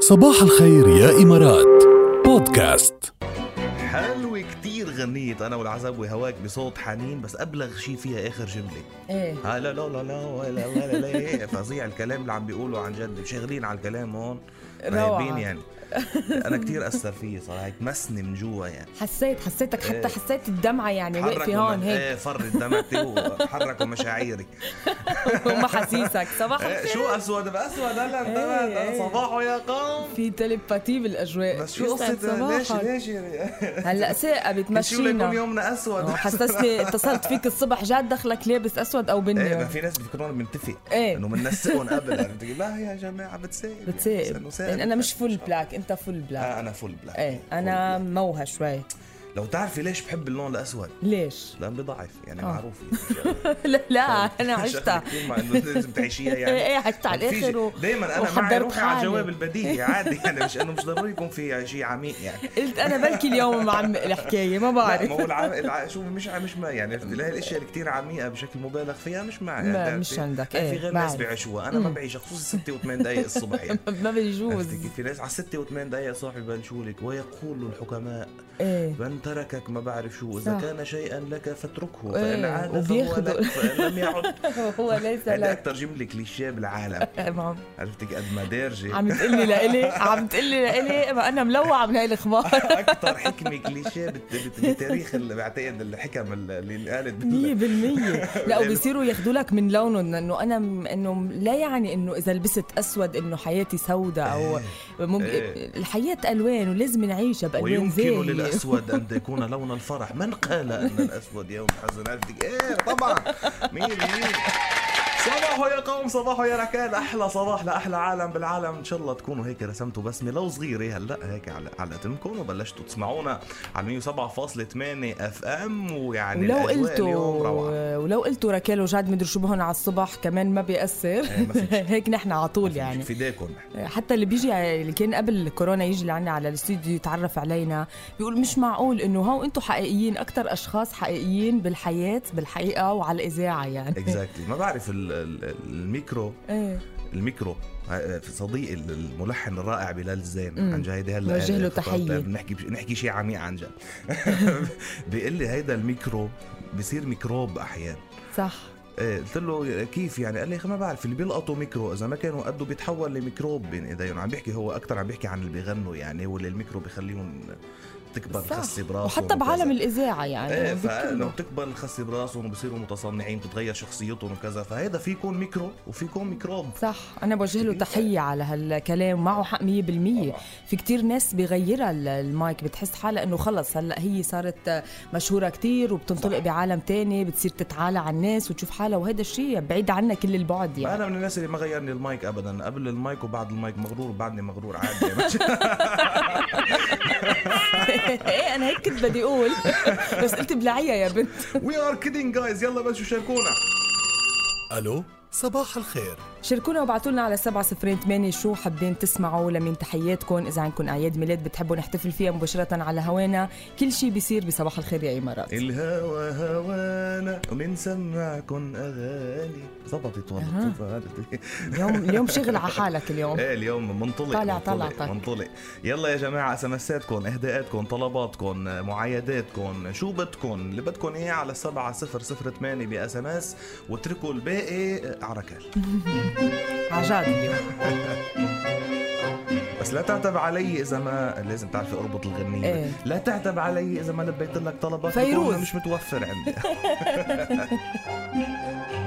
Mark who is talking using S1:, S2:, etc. S1: صباح الخير يا إمارات بودكاست
S2: حلوة كتير غنيت انا والعزب وهواك بصوت حنين بس ابلغ شيء فيها اخر جمله
S3: ايه
S2: هلا لا لا لا ولا ولا لا فظيع الكلام اللي عم بيقوله عن جد شاغلين على الكلام هون
S3: روعة.
S2: رايبين يعني انا كتير اثر فيي صراحه هيك مسني من جوا يعني
S3: حسيت حسيتك
S2: إيه.
S3: حتى حسيت الدمعه يعني واقفه
S2: حركوا
S3: هون
S2: من-
S3: هيك
S2: إيه، فرت دمعتي وحركوا مشاعري
S3: ومحاسيسك صباح
S2: إيه،
S3: الخير
S2: شو اسود اسود هلا انتبهت
S3: إيه،
S2: أنا
S3: إيه.
S2: صباحه يا قوم
S3: في تليباتي بالاجواء
S2: بس شو
S3: يسعد
S2: قصة ليش
S3: صباحك.
S2: ليش يعني
S3: هلا ثقه
S2: شو لكم
S3: بتمشينا
S2: يومنا اسود
S3: أوه، حسسني اتصلت فيك الصبح جاد دخلك لابس اسود او
S2: ايه ما
S3: بني
S2: في ناس بيفكرون بنتفق
S3: إيه.
S2: انه بننسقهم قبل عرفت كيف؟ لا يا يعني، جماعه بتسائل
S3: بتسائل لأن انا يعني مش فول بلاك انت فول بلاك
S2: آه انا فول بلاك
S3: ايه
S2: فول
S3: انا موهة شوي
S2: بلاك. لو تعرفي ليش بحب اللون الاسود
S3: ليش؟
S2: لان بضعف يعني
S3: آه.
S2: معروف يعني.
S3: لا لا
S2: طيب.
S3: انا عشتها
S2: كثير مع انه لازم تعيشيها يعني
S3: ايه عشتها على الاخر
S2: دائما انا معي
S3: وحضرت
S2: روحي على
S3: حالي.
S2: الجواب البديهي عادي يعني مش انه مش ضروري يكون في شيء عميق يعني
S3: قلت انا بلكي اليوم معمق الحكايه ما
S2: لا
S3: بعرف
S2: ما هو الع... الع... شو مش ع- مش ما يعني عرفت؟ لا الاشياء اللي كثير عميقه بشكل مبالغ فيها مش معي
S3: ما-
S2: يعني
S3: مش
S2: عرفتي؟
S3: عندك،
S2: يعني في
S3: إيه،
S2: غير ناس
S3: بعرف.
S2: بيعيشوها انا ما بعيشها خصوصا 6 و8 دقائق الصبح يعني
S3: ما بيجوز
S2: عرفتي كيف؟ في ناس على 6 و8 دقائق صاحي بنشوا لك ويقول الحكماء
S3: ايه
S2: من تركك ما بعرف شو اذا
S3: صح.
S2: كان شيئا لك فاتركه
S3: إيه،
S2: فان عاد فهو
S3: وبياخدوا.
S2: لك فان لم يعد
S3: هو ليس
S2: هذا
S3: لك إيه،
S2: اكثر جمله كليشيه بالعالم
S3: عم-
S2: عرفتي قد ما دارجه
S3: عم تقلي لإلي عم تقلي لإلي ما انا ملوعه من هاي الاخبار
S2: اكثر حكمه كليشيه بت- بت- بتاريخ ال- بعتقد الحكم ال- اللي انقالت بال-
S3: 100% لا وبيصيروا ياخذوا لك من لونهم انه انا م- انه لا يعني انه اذا لبست اسود انه حياتي سوداء او ممكن
S2: إيه.
S3: الحياه الوان ولازم نعيشها بالوان
S2: ويمكن
S3: زاهيه
S2: للاسود ان تكون لون الفرح من قال ان الاسود يوم حزن عرفتي؟ ايه طبعا مين مين صباحو يا قوم صباحو يا ركال احلى صباح لاحلى عالم بالعالم ان شاء الله تكونوا هيك رسمتوا بسمه لو صغيره هلا هيك على على تمكم وبلشتوا تسمعونا على 107.8 اف ام ويعني
S3: ولو
S2: الأجواء يعني اليوم روعه
S3: قلتوا ولو قلتوا ركال وجاد مدري شو بهن على الصبح كمان ما بيأثر
S2: إيه، ما فيش.
S3: هيك نحن على طول يعني
S2: يعني فداكم
S3: حتى اللي بيجي يعني اللي كان قبل كورونا يجي لعنا على الاستوديو يتعرف علينا بيقول مش معقول انه هاو انتم حقيقيين اكثر اشخاص حقيقيين بالحياه بالحقيقه وعلى الاذاعه يعني
S2: اكزاكتلي ما بعرف ال- ال- ال- الميكرو
S3: ايه
S2: الميكرو آه، في صديقي الملحن الرائع بلال الزين
S3: مم.
S2: عن جد هيدي هلا
S3: نوجه له
S2: خطرت-
S3: تحية.
S2: آه، بنحكي نحكي شيء عميق عن جد بيقول لي هيدا الميكرو بصير ميكروب احيانا
S3: صح
S2: إيه، قلت له كيف يعني قال لي ما بعرف اللي بيلقطوا ميكرو اذا ما كانوا قده بيتحول لميكروب بين ايديهم عم بيحكي هو اكثر عم بيحكي عن اللي بيغنوا يعني واللي الميكرو بيخليهم تكبر الخسه
S3: صح
S2: براسهم وكذا.
S3: وحتى بعالم الاذاعه يعني
S2: ايه
S3: بيتكلموا.
S2: فلو بتكبر الخسه براسهم وبصيروا متصنعين بتتغير شخصيتهم وكذا فهيدا في يكون ميكرو وفي يكون ميكروب
S3: صح انا بوجه له تحيه على هالكلام معه حق 100% في كتير ناس بغيرها ال- المايك بتحس حالها انه خلص هلا هي صارت مشهوره كتير وبتنطلق بعالم تاني بتصير تتعالى على الناس وتشوف حالها وهذا الشيء بعيد عنا كل البعد يعني
S2: انا من الناس اللي ما غيرني المايك ابدا قبل المايك وبعد المايك مغرور وبعدني مغرور عادي يعني مش-
S3: ايه انا هيك كنت بدي اقول بس قلت بلعيها يا بنت
S2: وي ار كيدينج جايز يلا بس شاركونا
S1: ألو صباح الخير
S3: شاركونا وابعتوا لنا على 708 شو حابين تسمعوا لمين تحياتكم اذا عندكم اعياد ميلاد بتحبوا نحتفل فيها مباشره على هوانا كل شيء بيصير بصباح الخير يا امارات
S2: إيه. الهوى هوانا ومنسمعكن اغاني ظبطت والله
S3: أها.
S2: صفرت.
S3: اليوم اليوم شغل على حالك اليوم
S2: ايه اليوم منطلق
S3: طالع
S2: منطلق،
S3: طلعتك.
S2: منطلق يلا يا جماعه سمساتكم اهداءاتكم طلباتكم معايداتكم شو بدكم اللي بدكم اياه على 7008 باس ام اس واتركوا الباقي آه، على ركال
S3: عجاد اليوم
S2: بس لا تعتب علي اذا ما لازم تعرفي اربط الغنيه
S3: إيه.
S2: لا تعتب علي اذا ما لبيت لك طلبك
S3: فيروز.
S2: بكونها مش متوفر عندي